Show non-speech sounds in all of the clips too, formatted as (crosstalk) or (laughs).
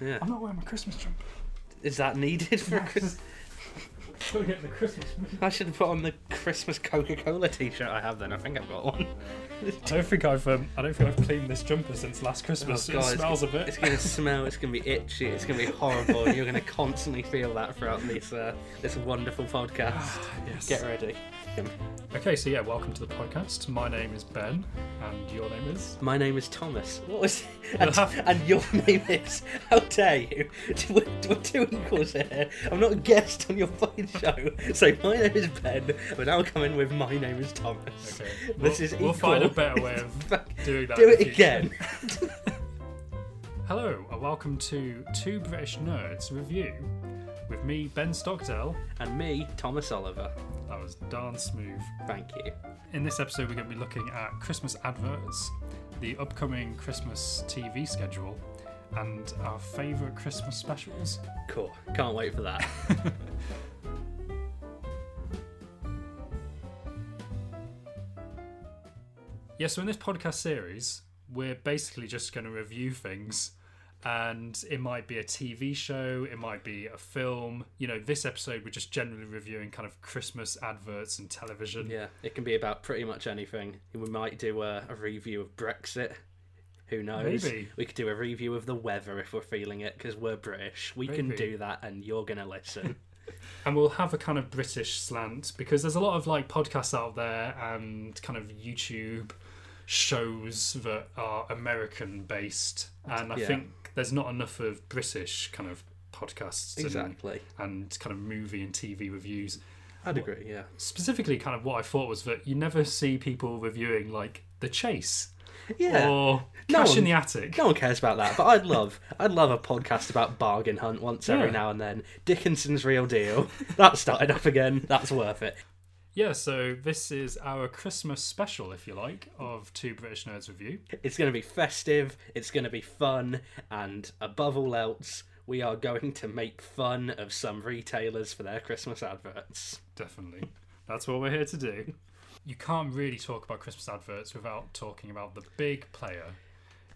Yeah. I'm not wearing my Christmas jumper. Is that needed for a Christmas? (laughs) Still get the Christmas. I should put on the Christmas Coca Cola t shirt I have then. I think I've got one. I don't think I've um, I don't think I've cleaned this jumper since last Christmas. Oh, God, it smells a it's, bit. It's (laughs) going to smell, it's going to be itchy, it's going to be horrible. and You're going to constantly feel that throughout this, uh, this wonderful podcast. Ah, Yes. Get ready. Okay, so yeah, welcome to the podcast. My name is Ben, and your name is. My name is Thomas. What was (laughs) and, and your (laughs) name is? How dare you? (laughs) We're, we're two equals here. I'm not a guest on your fucking show. So my name is Ben, but now come in with my name is Thomas. Okay. This we'll, is We'll find a equal. better way (laughs) of doing that. Do in it the future. again. Hello, and welcome to Two British Nerds Review with me, Ben Stockdale. and me, Thomas Oliver. That was darn smooth. Thank you. In this episode, we're going to be looking at Christmas adverts, the upcoming Christmas TV schedule, and our favourite Christmas specials. Cool. Can't wait (laughs) for that. Yeah, so in this podcast series, we're basically just going to review things. And it might be a TV show, it might be a film. You know, this episode, we're just generally reviewing kind of Christmas adverts and television. Yeah, it can be about pretty much anything. We might do a, a review of Brexit. Who knows? Maybe. We could do a review of the weather if we're feeling it, because we're British. We can Maybe. do that, and you're going (laughs) to listen. and we'll have a kind of British slant because there's a lot of like podcasts out there and kind of YouTube shows that are American based, and I Yeah. think there's not enough of British kind of podcasts and- exactly. and, kind of movie and TV reviews. I'd agree, yeah. Specifically, kind of what I thought was that you never see people reviewing like The Chase Yeah. or No Cash in one- the Attic. No one cares about that, but I'd love I'd love a podcast about Bargain Hunt once every Yeah. now and then. Dickinson's Real Deal. That started up again. That's worth it. Yeah, so this is our Christmas special, if you like, of Two British Nerds Review. It's going to be festive, it's going to be fun, and above all else, we are going to make fun of some retailers for their Christmas adverts. Definitely. That's what we're here to do. You can't really talk about Christmas adverts without talking about the big player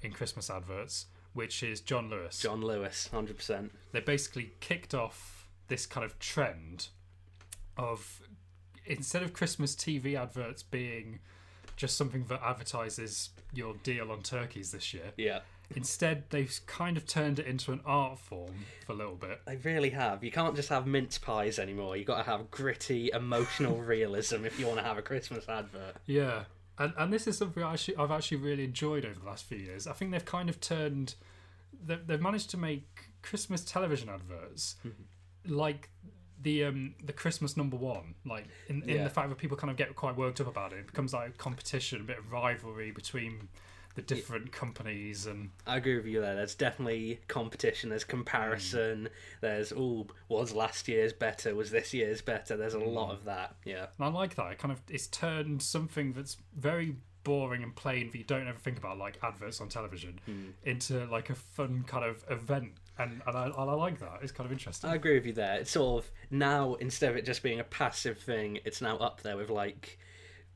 in Christmas adverts, which is John Lewis. John Lewis, 100%. They basically kicked off this kind of trend of instead of Christmas TV adverts being just something that advertises your deal on turkeys this year, Yeah. instead they've kind of turned it into an art form for a little bit. They really have. You can't just have mince pies anymore. you got to have gritty, (laughs) emotional realism if you want to have a Christmas advert. Yeah, and and this is something I actually, I've actually really enjoyed over the last few years. I think they've kind of turned, they- they've managed to make Christmas television adverts like the um the Christmas number one. Like in, in Yeah. the fact that people kind of get quite worked up about it, it becomes like a competition, a bit of rivalry between the different companies and I agree with you there. There's definitely competition, there's comparison, there's, oh, was last year's better, was this year's better? There's a lot of that. Yeah. And I like that. It kind of it's turned something that's very boring and plain that you don't ever think about, like adverts on television, Hmm. into like a fun kind of event. And, and I, I like that. It's kind of interesting. I agree with you there. It's sort of now instead of it just being a passive thing, it's now up there with like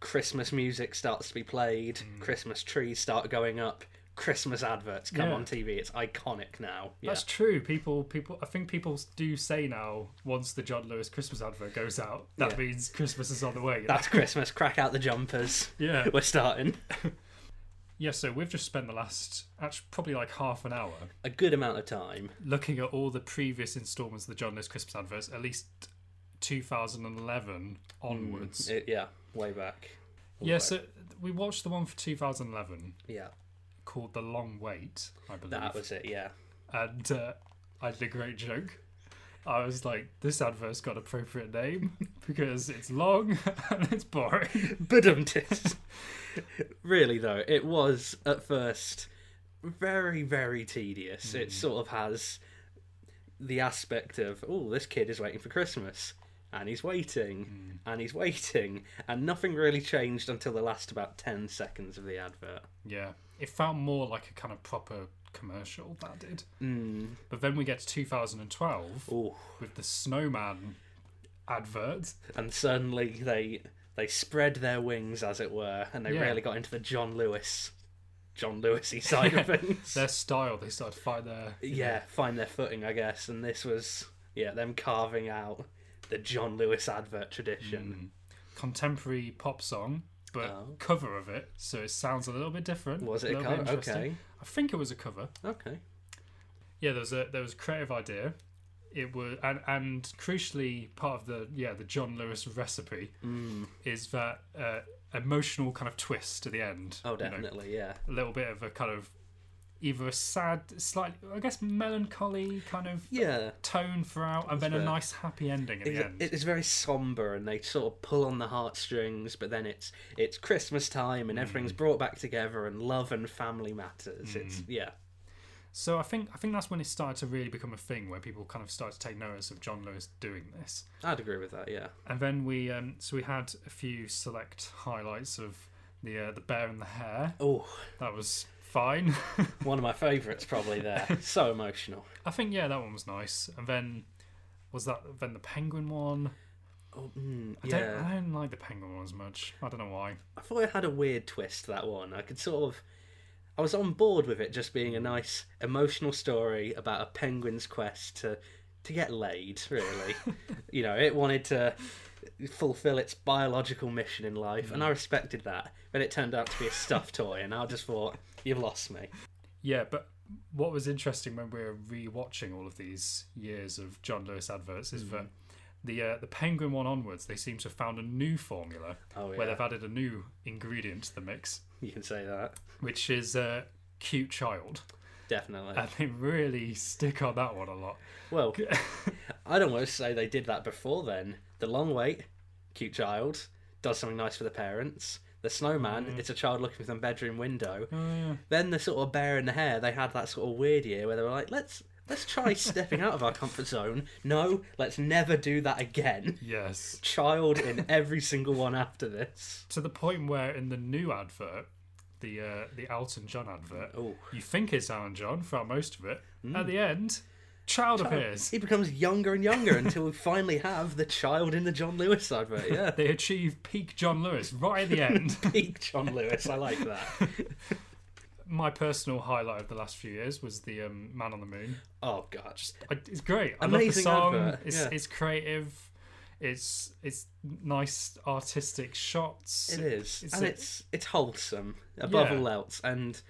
Christmas music starts to be played, Mm. Christmas trees start going up, Christmas adverts come Yeah. on TV. It's iconic now. Yeah. That's true. People, people. I think people do say now once the John Lewis Christmas advert goes out, that Yeah. means Christmas is on the (laughs) way. That's Christmas. Crack out the jumpers. (laughs) (laughs) yeah, We're starting. yeah. So we've just spent the last actually probably like half an hour A good amount of time. looking at all the previous installments of the John Lewis Christmas adverts, at least 2011 Hmm. onwards. It, yeah, way back. Yeah, so we watched the one for 2011 Yeah, called The Long Wait, I believe. that was it. Yeah. And uh, I did a great joke. I was like, this advert's got appropriate name (laughs) because it's long (laughs) and it's boring. Badumtis. um, (laughs) really though, it was at first very, very tedious. Mm. It sort of has the aspect of, oh, this kid is waiting for Christmas. And he's waiting, Mm. and he's waiting, and nothing really changed until the last about 10 seconds of the advert. Yeah, it felt more like a kind of proper commercial, that did. But then we get to 2012 Mm. Ooh. with the Snowman advert. And suddenly they they spread their wings, as it were, and they Yeah. really got into the John Lewis John Lewisy (laughs) side of things. Their style, they started to find their yeah, find their footing, I guess. And this was yeah them carving out the John Lewis advert tradition. contemporary pop song, but Oh. cover of it, so it sounds a little bit different. Was it a little bit cover? interesting. Okay. I think it was a cover. Okay. Yeah, there was a there was a creative idea. It was and and crucially part of the yeah the John Lewis recipe Mm. is that uh, emotional kind of twist at the end. Oh, you know, definitely. Yeah. a little bit of a kind of either a sad, slightly I guess melancholy kind of Yeah. tone throughout, and then a fair. nice happy ending at the It's, end. it's very somber, and they sort of pull on the heartstrings. But then it's it's Christmas time, Mm. and everything's brought back together, and love and family matters. It's Mm. yeah, So I think I think that's when it started to really become a thing where people kind of started to take notice of John Lewis doing this. I'd agree with that. Yeah, And then we um, so we had a few select highlights of the uh, the bear and the hare. oh, That was fine. (laughs) one of my favourites probably there. so emotional. I think yeah, that one was nice. And then was that then the penguin one? Oh, mm, I yeah, don't I don't like the penguin one as much. I don't know why. I thought it had a weird twist that one. I could sort of I was on board with it just being a nice emotional story about a penguin's quest to to get laid, really. you know, it wanted to fulfill its biological mission in life and I respected that. But it turned out to be a stuffed toy and I just thought, You've lost me. Yeah, but what was interesting when we were rewatching all of these years of John Lewis adverts Hmm. is that the uh, the penguin one onwards, they seem to have found a new formula Oh, yeah. where they've added a new ingredient to the mix, You can say that. which is uh, cute child, (laughs) Definitely. and they really stick on that one a lot. well I don't want to say they did that before then. The long wait, cute child, does something nice for the parents. The snowman, it's a child looking from the bedroom window. Mm. Then the sort of bear in the hair, they had that sort of weird year where they were like, let's let's try stepping out of our comfort zone. No, let's never do that again. yes, Child in every single one after this. to the point where in the new advert, the uh, the Elton John advert, Ooh. you think it's Alan John throughout most of it. Hmm. At the end, child appears. He becomes younger and younger until we finally have the child in the John Lewis advert. Yeah, (laughs) They achieve peak John Lewis right (laughs) at the end. peak John Lewis. I like that. My personal highlight of the last few years was the um, Man on the Moon. Oh gosh, I, it's great. I love the Amazing song. advert, It's yeah. it's creative. It's it's nice artistic shots. It is, It's and a- it's it's wholesome above Yeah. all else. And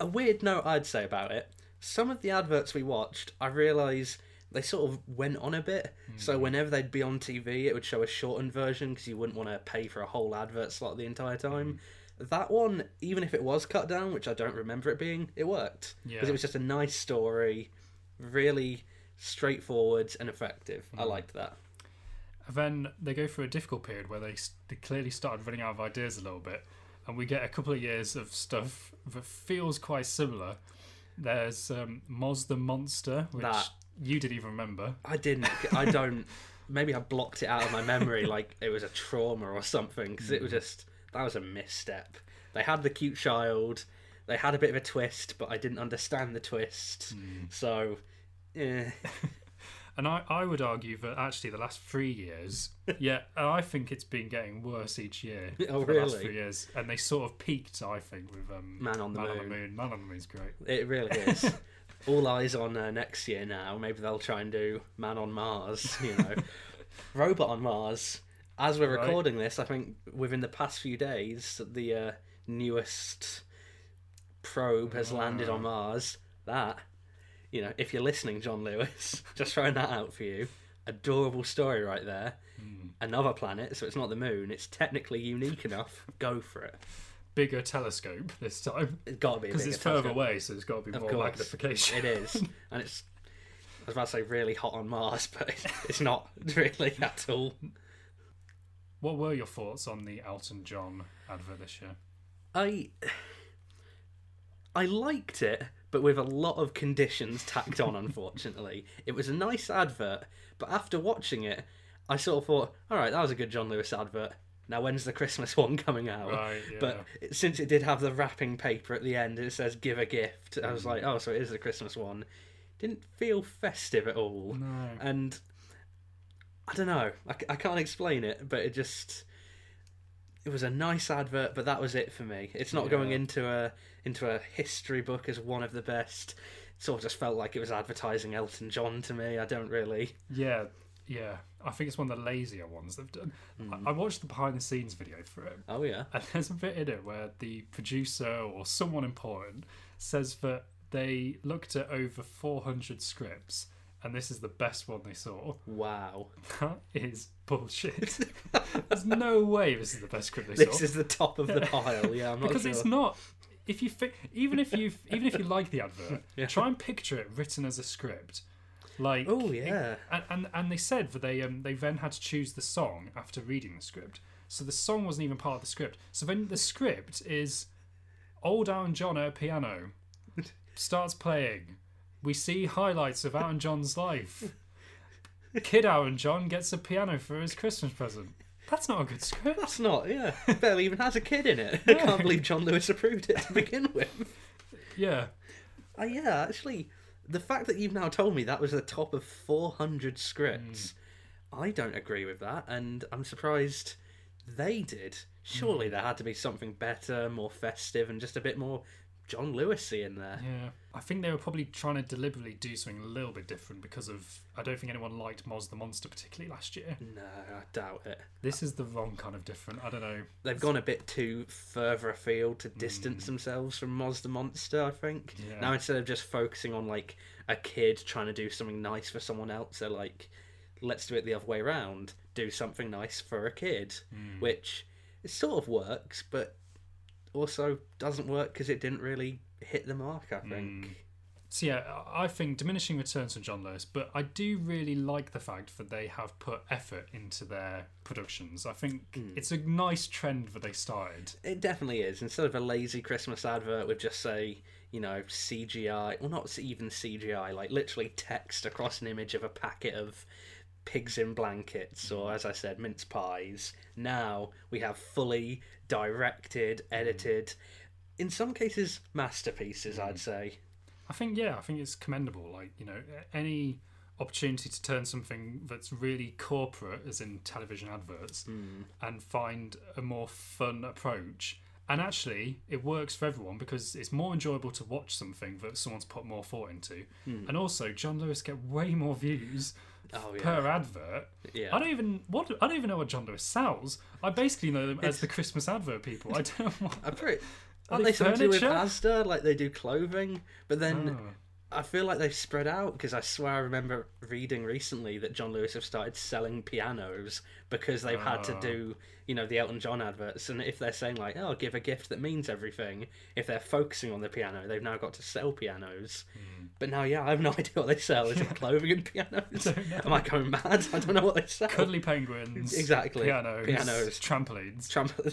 a weird note I'd say about it: some of the adverts we watched, I realise they sort of went on a bit. So whenever they'd be on TV, it would show a shortened version because you wouldn't want to pay for a whole advert slot the entire time. That one, even if it was cut down, which I don't remember it being, it worked because Yeah. it was just a nice story, really straightforward and effective. I liked that. And then they go through a difficult period where they s- they clearly started running out of ideas a little bit, and we get a couple of years of stuff that feels quite similar. There's um, Moz the Monster, which That- you didn't even remember. I didn't. I don't. Maybe I blocked it out of my memory, like it was a trauma or something, because it was just that was a misstep. They had the cute child. They had a bit of a twist, but I didn't understand the twist. So, eh, And I, I would argue that actually the last three (laughs) years, yeah, and I think it's been getting worse each year. Oh, for The last really? three years, and they sort of peaked, I think, with um, Man on the Man Moon. on the Moon. Man on the Moon's great. it really is. (laughs) All eyes on uh, next year now. Maybe they'll try and do Man on Mars. You (laughs) know, Robot on Mars. As we're Right. recording this, I think within the past few days, the uh, newest probe has landed Ah. on Mars. That, you know, if you're listening, John Lewis, (laughs) just throwing that out for you. Adorable story right there. Hmm. Another planet, so it's not the moon. It's technically (laughs) unique enough. Go for it. Bigger telescope (laughs) this time It's got to be a because bigger it's further telescope. away, so it's got to be more course. magnification. (laughs) It is, and it's. I was about to say really hot on Mars, but it's not really at all. What were your thoughts on the Elton John advert this year? I I liked it, but with a lot of conditions tacked on. Unfortunately, it was a nice advert, but after watching it, I sort of thought, "All right, that was a good John Lewis advert." Now, when's the Christmas (laughs) one coming out? Right, Oh, But since it did have the wrapping paper at the end, it says "Give a gift." I was like, "Oh, so it is the Christmas one." Didn't feel festive at all. No. and I don't know. I, c- I can't explain it, but it just it was a nice advert, but that was it for me. It's not going into a into a history book as one of the best. It sort of just felt like it was advertising Elton John to me. I don't really. Yeah, yeah. I think it's one of the lazier ones they've done. Hmm. I, I watched the behind the scenes video for it, Oh yeah. and there's a bit in it where the producer or someone important says that they looked at over 400 scripts and this is the best one they saw. (laughs) Wow. That is (laughs) bullshit. There's no way this is the best script they This saw. is the top of (laughs) the pile. Yeah, I'm not because sure. it's not. If you fi- even if you even if you like the advert, (laughs) Yeah. try and picture it written as a script. Like Oh yeah. and, and and they said that they um they then had to choose the song after reading the script. So the song wasn't even part of the script. So then the script is old Alan John at a piano starts playing. We see highlights of Alan John's life. Kid Alan John gets a piano for his Christmas present. That's not a good script. That's not. Yeah. Barely even has a kid in (laughs) it. I can't believe John Lewis approved it to begin with. Yeah. Uh, yeah, actually, the fact that you've now told me that was the top of 400 scripts, I don't agree with that, and I'm surprised they did. Surely there had to be something better, more festive, and just a bit more John Lewis in there. Yeah, I think they were probably trying to deliberately do something a little bit different because of I don't think anyone liked Moz the Monster particularly last year. No, I doubt it. This is the wrong kind of different. I don't know. They've gone a bit too further afield to distance themselves from Moz the Monster, I think. Yeah. Now, instead of just focusing on, like, a kid trying to do something nice for someone else, they're like, let's do it the other way around. Do something nice for a kid, which it sort of works, but also doesn't work because it didn't really hit the mark, I think. So yeah, I- I think diminishing returns from John Lewis, but I do really like the fact that they have put effort into their productions. I think it's a nice trend that they started. It definitely is. Instead of a lazy Christmas advert with just say, you know, CGI, well, not even CGI, like literally text across an image of a packet of pigs in blankets or, as I said, mince pies. Now we have fully directed, edited, in some cases, masterpieces, I'd say. I think yeah, I think it's commendable. Like you know, a- any opportunity to turn something that's really corporate, as in television adverts, Hmm. and find a more fun approach. And actually, it works for everyone because it's more enjoyable to watch something that someone's put more thought into. And also, John Lewis get way more views Hmm. (laughs) Oh, yeah. per advert. Yeah. I don't even what I don't even know what John Lewis sells. I basically know them as the Christmas advert people. I don't know (laughs) what. I'm pretty. Are Aren't they they something to do with furniture? Asda? Like they do clothing, but then Oh. I feel like they've spread out because I swear I remember reading recently that John Lewis have started selling pianos because they've had to Ah. do, you know, the Elton John adverts. And if they're saying like, "Oh, give a gift that means everything," if they're focusing on the piano, they've now got to sell pianos. Hmm. But now, yeah, I have no (laughs) idea what they sell. (laughs) Is it clothing and pianos? Am I going mad? I don't know what they sell. Cuddly penguins. Exactly. Pianos. Pianos. Trampolines. Tramp- (laughs)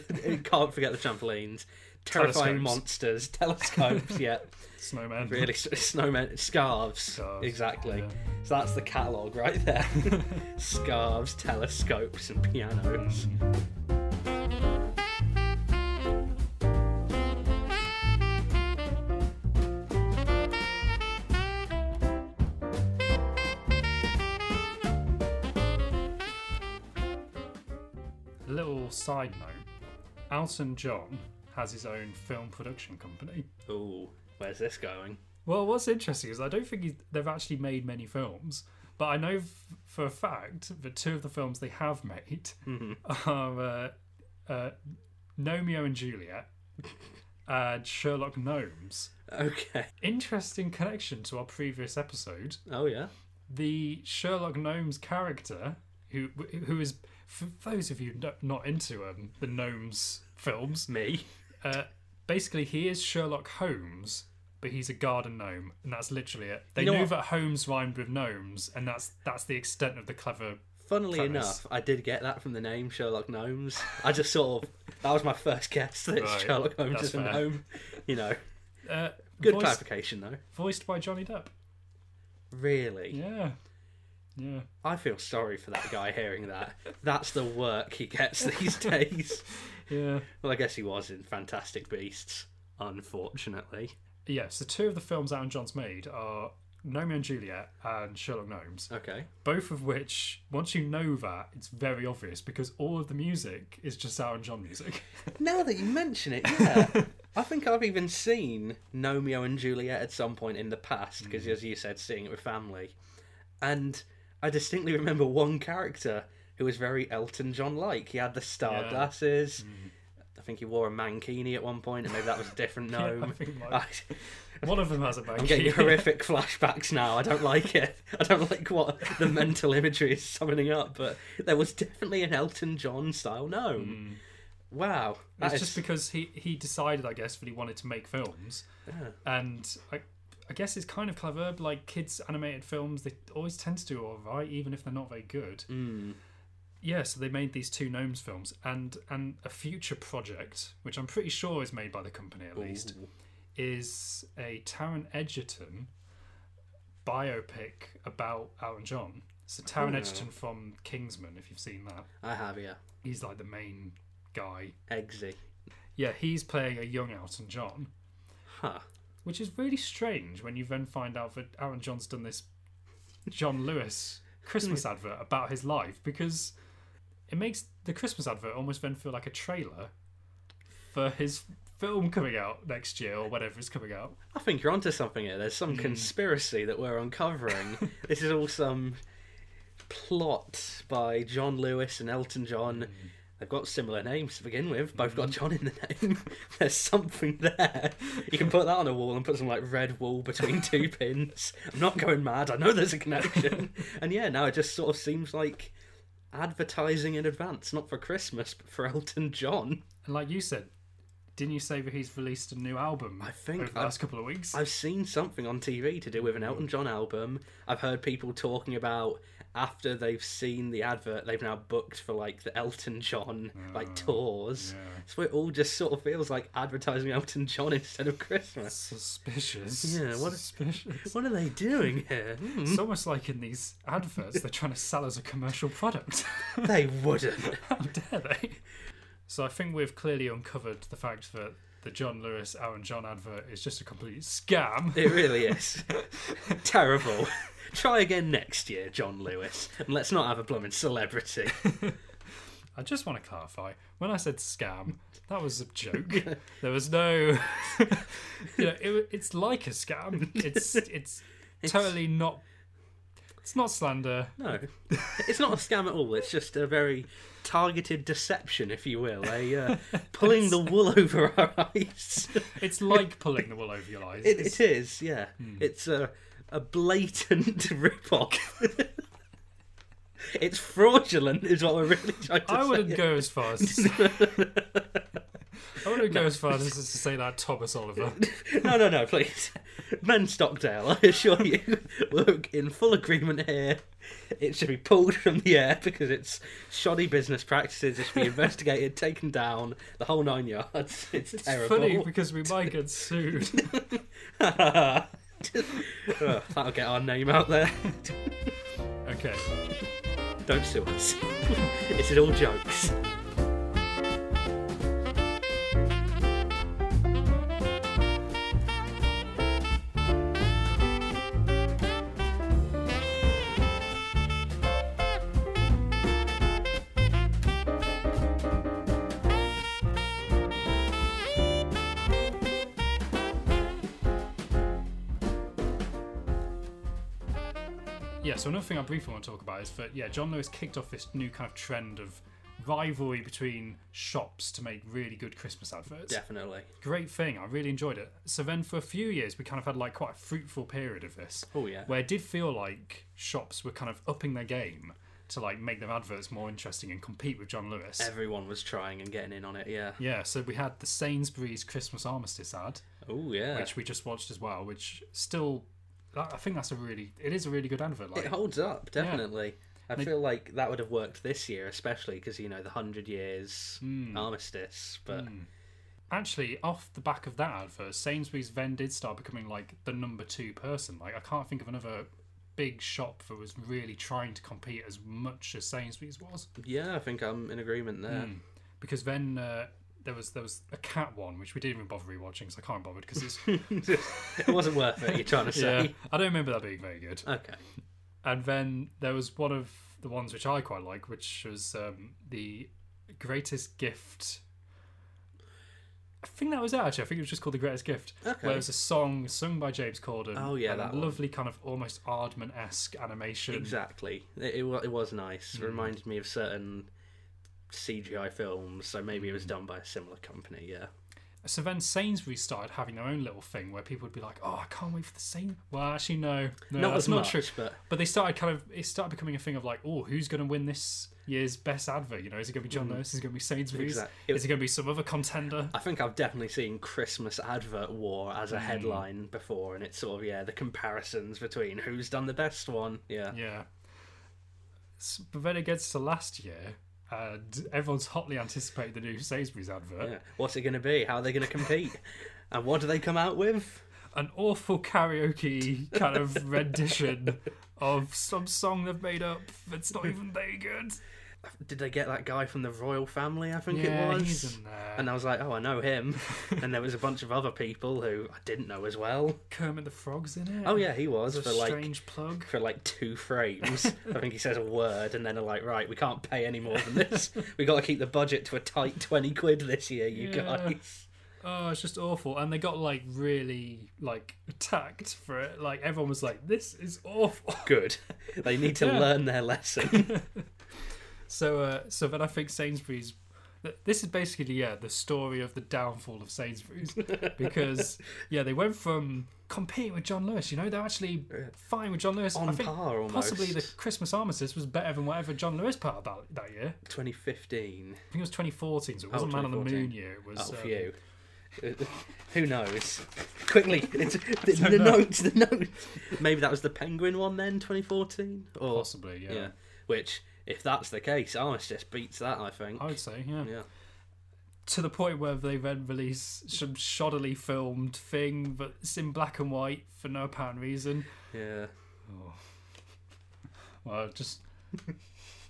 can't forget the trampolines, terrifying Telescopes. monsters, (laughs) (laughs) telescopes. yeah. Snowmen. Really, s- snowmen scarves. Scarves, Exactly. yeah. So that's the catalogue right (laughs) there. scarves, telescopes, and pianos. Mm. Little side note Elton John has his own film production company. Ooh, where's this going? Well, what's interesting is I don't think he's, they've actually made many films, but I know f- for a fact that two of the films they have made (laughs) are uh, uh, Nomeo and Juliet and Sherlock Gnomes. Okay. Interesting connection to our previous episode. Oh yeah. the Sherlock Gnomes character, who who is for those of you no- not into um, the gnomes films, Me. uh, basically he is Sherlock Holmes, but he's a garden gnome, and that's literally it. They You know knew what? that Holmes rhymed with gnomes, and that's that's the extent of the clever. Funnily Premise. enough, I did get that from the name Sherlock Gnomes. I just sort of that was my first guess that it's Right, Sherlock Holmes that's is a fair. gnome. You know. Uh, Good voiced, clarification though. voiced by Johnny Depp. Really. Yeah, yeah. I feel sorry for that guy hearing that. That's the work he gets (laughs) these days. Yeah. Well, I guess he was in Fantastic Beasts, unfortunately. Yeah, so two of the films Alan John's made are Romeo and Juliet and Sherlock Gnomes, Okay. both of which, once you know that, it's very obvious because all of the music is just Elton John music. (laughs) Now that you mention it, yeah. I think I've even seen Romeo and Juliet at some point in the past, Mm. because as you said, seeing it with family. And I distinctly remember one character who was very Elton John like. He had the star Yeah. Mm. glasses. I think he wore a mankini at one point, and maybe that was (laughs) a different I gnome. (laughs) think my- I, One of them has a am bank. (laughs) getting horrific flashbacks now. I don't like it. I don't like what the mental imagery is summoning up, but there was definitely an Elton John style gnome. Wow. that Hmm. It's is- just because he he decided, I guess, that he wanted to make films, and I, I guess it's kind of clever. but, Like kids' animated films, they always tend to do all right, even if they're not very good. Yeah, so they made these two gnomes films, and and a future project, which I'm pretty sure is made by the company at least, is a Taron Egerton biopic about Elton John. So Taron Egerton from Kingsman, if you've seen that, I have, yeah. he's like the main guy Eggsy. yeah, he's playing a young Elton John, Huh. which is really strange when you then find out that Alan John's done this John Lewis Hmm. Christmas advert about his life because it makes the Christmas advert almost then feel like a trailer for his film coming out next year or whatever is coming out. I think you're onto something here. There's some conspiracy that we're uncovering. this is all some plot by John Lewis and Elton John. They've got similar names to begin with. Both got John in the name. (laughs) There's something there. You can put that on a wall and put some like red wool between two pins. I'm not going mad. I know there's a connection. and yeah, now it just sort of seems like advertising in advance, not for Christmas, but for Elton John. And like you said, didn't you say that he's released a new album? I think over the I- last couple of weeks. I've seen something on TV to do with an Elton John album. I've heard people talking about after they've seen the advert, they've now booked for like the Elton John like tours. yeah. So it all just sort of feels like advertising Elton John (laughs) instead of Christmas. Suspicious. Yeah, what- Hmm? suspicious. What are they doing here? (laughs) Hmm, It's almost like in these adverts, they're trying to sell us a commercial product. they wouldn't. (laughs) How dare they? So I think we've clearly uncovered the fact that the John Lewis Aaron John advert is just a complete scam. It really is terrible. Try again next year, John Lewis, and let's not have a blooming celebrity. I just want to clarify when I said scam, that was a (laughs) joke. There was no, (laughs) you know, it, it's like a scam. It's it's, totally not. It's not slander. No, it's not a scam at all. It's just a very targeted deception, if you will. A (laughs) uh, pulling the wool over our eyes. It's like pulling the wool over your eyes. (laughs) It, it is, Hmm. yeah. It's a a blatant (laughs) rip-off. it's fraudulent, is what we're really trying to I say. wouldn't go as far as to (laughs) say, I wouldn't go as far as to say that Thomas (laughs) Oliver. No, no, no, please. (laughs) Men Stockdale, I assure you, (laughs) we're in full agreement here. It should be pulled from the air because it's shoddy business practices. It should (laughs) be investigated, taken down, the whole nine yards. (laughs) It's, terrible. Funny because we might get sued. Ugh, that'll get our name out there. Okay. Don't sue us. (laughs) this is all jokes. Yeah, so another thing I briefly want to talk about is that yeah, John Lewis kicked off this new kind of trend of rivalry between shops to make really good Christmas adverts. Definitely. Great thing, I really enjoyed it. So then for a few years we kind of had like quite a fruitful period of this. Oh, yeah. Where it did feel like shops were kind of upping their game to like make their adverts more interesting and compete with John Lewis. Everyone was trying and getting in on it, yeah. yeah, so we had the Sainsbury's Christmas Armistice ad, Oh, yeah. which we just watched as well, which still, I I think that's a really, it is a really good advert. Like, It holds up, definitely. I feel like that would have worked this year, especially because, you know, the 100 years Hmm. armistice. But actually off the back of that advert sainsbury's then did start becoming like the number two person like i can't think of another big shop that was really trying to compete as much as sainsbury's was Hmm. yeah, I think I'm in agreement there. because then uh, there was there was a cat one which we didn't even bother rewatching because I can't bother because it's (laughs) it wasn't worth it. You're trying (laughs) to yeah say. I don't remember that being very good. Okay. And then there was one of the ones which I quite like, which was um, the greatest gift. I think that was it actually. I think it was just called the greatest gift. Okay. Where it was a song sung by James Corden. Oh, yeah, and that a one. lovely kind of almost Aardman esque animation. Exactly. It, it, wa- it was nice. Hmm. Reminded me of certain CGI films, so maybe it Hmm. was done by a similar company. Yeah. So then Sainsbury's started having their own little thing where people would be like, "Oh, I can't wait for the Sainsbury's." Well, actually, no, no, Not that's as not much, true. but- they started kind of it started becoming a thing of like, "Oh, who's going to win this year's best advert? You know, is it going to be John Lewis? Is it going to be Sainsbury's? Hmm. Exact- Is it going to be some other contender?" I think I've definitely seen Christmas advert war as Hmm. a headline before, and it's sort of yeah the comparisons between who's done the best one. Yeah. Yeah. S- But then it gets to last year, and everyone's hotly anticipating the new Sainsbury's advert. yeah. What's it going to be? How are they going to (laughs) compete? and what do they come out with? An awful karaoke kind (laughs) of rendition of some song they've made up that's not even very good. Did they get that guy from the royal family? I think Yeah, it was. he's in there. And I was like, oh, I know (laughs) him. and there was a bunch of other people who I didn't know as well. Kermit the Frog's in it. Oh yeah, he was It's a for like strange plug. for like (laughs) two frames. I think he says a word, and then they're like, right, we can't pay any more than this. we got to keep the budget to a tight twenty quid this year, you Yeah. guys. Oh, it's just awful. And they got like really like attacked for it. Like everyone was like, "This is awful." Good. (laughs) They need to Yeah. learn their lesson. So, uh, so then I think Sainsbury's. th- This is basically yeah the story of the downfall of Sainsbury's (laughs) because yeah they went from competing with John Lewis. You know they're actually fine with John Lewis. (laughs) On I think par almost. possibly the Christmas armistice was better than whatever John Lewis put out that, that year. I 2015. think it was 2014, so it wasn't Man on the 2014. Moon year. It was Oh, um, phew. (laughs) Who knows? Quickly, (laughs) it's, the, the know. notes, the notes. Maybe that was the Penguin one then, 2014, or possibly yeah. Which, if that's the case, Armistice beats that. I think. I would say, yeah. Yeah. To the point where they then release some shoddily filmed thing that's in black and white for no apparent reason. Yeah. Oh. (laughs) Well, just.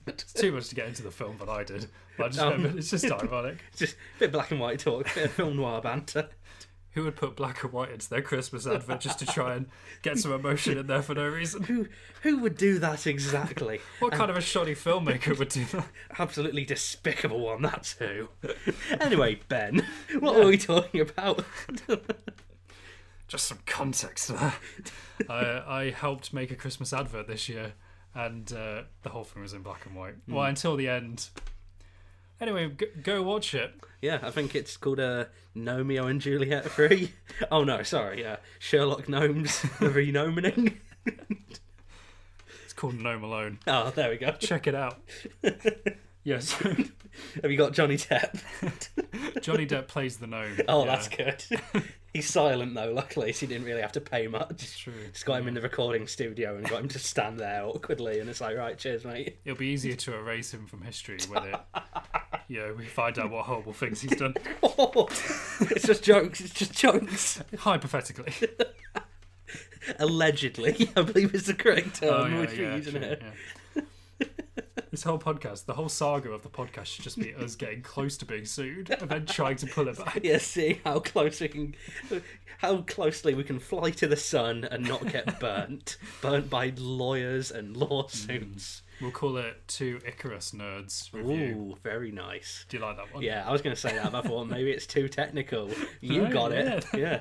it's too much to get into the film, but I did. But I just remember, it's just ironic. Just a bit black and white talk, bit of film noir banter. (laughs) Who would put black and white into their Christmas advert just to try and get some emotion in there for no reason? Who who would do that exactly? What kind of a shoddy filmmaker would do that? Absolutely despicable one, that's (laughs) who. anyway, Ben, what were we talking about? just some context there. I, I helped make a Christmas advert this year, and uh, the whole thing was in black and white. Well, until the end. Anyway, go, go watch it. yeah, I think it's called uh, Nomeo and Juliet (laughs) 3. Oh no, sorry, yeah. Sherlock (laughs) Gnomes, the renomining. It's called No Malone. Oh, there we go. Check it (laughs) out. yes, Have you got (laughs) Johnny Depp? Johnny Depp plays the gnome. (laughs) Oh, Yeah, that's good. (laughs) He's silent though, luckily, so he didn't really have to pay much. true. Just got him in the recording studio and got him to stand there awkwardly, and it's like, right, cheers, mate. (laughs) It'll be easier to erase him from history with it. You know, we find out what horrible things he's done. it's just jokes. It's just (laughs) jokes. (laughs) Hypothetically. Allegedly, I believe is the correct term. which we're using Oh, true, here. yeah. This whole podcast, the whole saga of the podcast should just be us getting close to being sued and then trying to pull it (laughs) back. Yeah, see how close we can, how closely we can fly to the sun and (laughs) not get burnt, burnt by lawyers and lawsuits. We'll call it Two Icarus Nerds Review. Ooh, very nice. Do you like that one? Yeah, I was going to say that, but I thought maybe it's too technical. You No, got yeah. it. Yeah.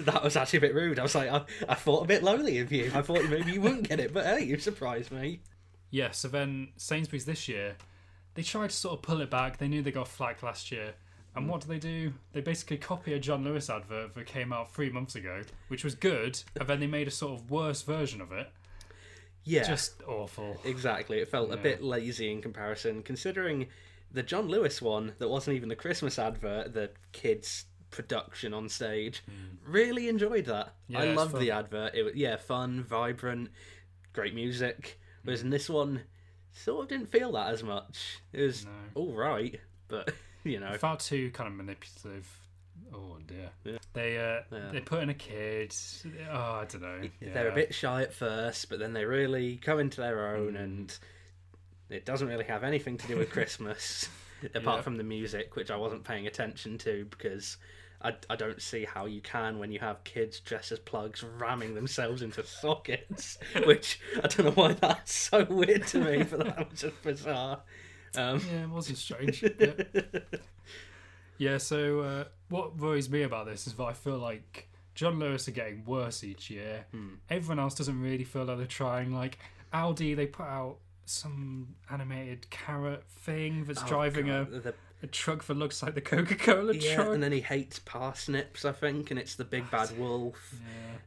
(laughs) that was actually a bit rude. I was like, I, I thought a bit lowly of you. I thought maybe you wouldn't get it, but hey, you surprised me. Yeah, so then Sainsbury's this year, they tried to sort of pull it back. They knew they got flack last year. And Hmm. what do they do? They basically copy a John Lewis advert that came out three months ago, which was good, and then they made a sort of worse version of it. Yeah. Just awful. Exactly. It felt a bit lazy in comparison, considering the John Lewis one that wasn't even the Christmas advert, the kids production on stage. Really enjoyed that. Hmm. Yeah, I it's loved fun. the advert. It was yeah, fun, vibrant, great music. Hmm. Whereas in this one, sort of didn't feel that as much. It was all right, but (laughs) you know, far too kind of manipulative. Oh dear. They uh, they put in a kid. Oh, I don't know. (laughs) they're a bit shy at first, but then they Hmm. (laughs) really come into their own, and it doesn't really have anything to do with Christmas. apart Yeah. from the music, which I wasn't paying attention to because I, I don't see how you can when you have kids dressed as plugs ramming themselves (laughs) into sockets, which I don't know why that's so weird to me, but that was just bizarre. Um, Yeah, it wasn't (laughs) strange. yeah. yeah, so uh, what worries me about this is that I feel like John Lewis are getting worse each year. Hmm. Everyone else doesn't really feel like they're trying. Like Aldi, they put out some animated carrot thing that's driving a, Oh, God, the- a truck that looks like the Coca Cola yeah, truck. and then he hates parsnips, I think, and it's the big bad wolf.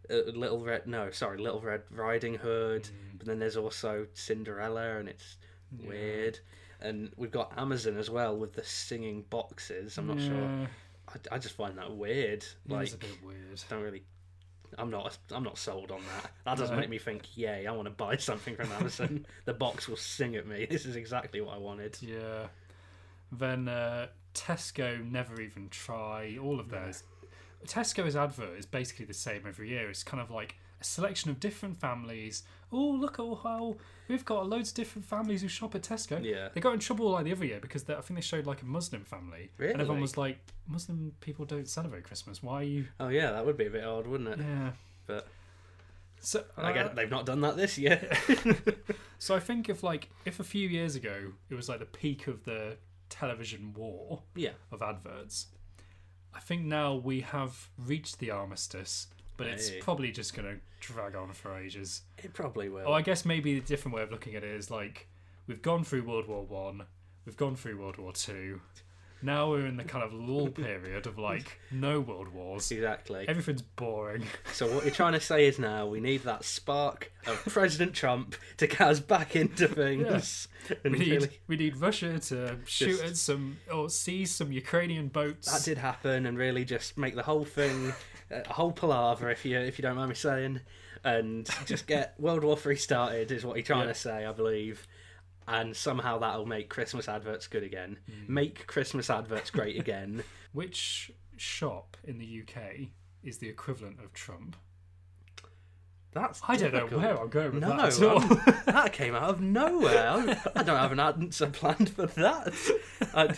yeah. uh, Little Red, no, sorry, Little Red Riding Hood, Mm. but then there's also Cinderella, and it's weird. And we've got Amazon as well with the singing boxes. I'm not sure. Yeah, I, I just find that weird. it Like, is a bit weird. don't really. I'm not. I'm not sold on that. That doesn't No. make me think. Yay! I want to buy something from (laughs) Amazon. the box will sing at me. (laughs) This is exactly what I wanted. Yeah. Then uh, Tesco never even try all of theirs. Tesco's advert is basically the same every year. It's kind of like a selection of different families. Oh, look at how we've got loads of different families who shop at Tesco. Yeah. They got in trouble like the other year because they, I think they showed like a Muslim family. And Really? everyone was like, Muslim people don't celebrate Christmas. Why are (laughs) you. Oh yeah, that would be a bit odd, wouldn't it? Yeah. But So, I guess uh, they've not done that (laughs) this year. so I think if like if a few years ago it was like the peak of the television war, yeah. of adverts. I think now we have reached the armistice, but it's Hey. probably just going to drag on for ages. It probably will. Oh, I guess maybe the different way of looking at it is like we've gone through World War One, we've gone through World War Two. Now we're in the kind of (laughs) lull period of like no world wars. exactly. Everything's (laughs) boring. So what you're trying to say is now we need that spark of (laughs) President Trump to get us back into things. And We need, really, we need Russia to shoot Just- at some or seize some Ukrainian boats. that did happen, and really just make the whole thing uh, a whole palaver, if you if you don't mind me saying, and (laughs) just get World War Three started is what you're trying Yeah. to say, I believe. And somehow that'll make Christmas adverts good again. Mm. Make Christmas adverts (laughs) great again. Which shop in the UK is the equivalent of Trump? That's I don't know difficult. where I'm going with No, that at all. (laughs) um, (laughs) that came out of nowhere. I- I don't have an answer planned for that. I,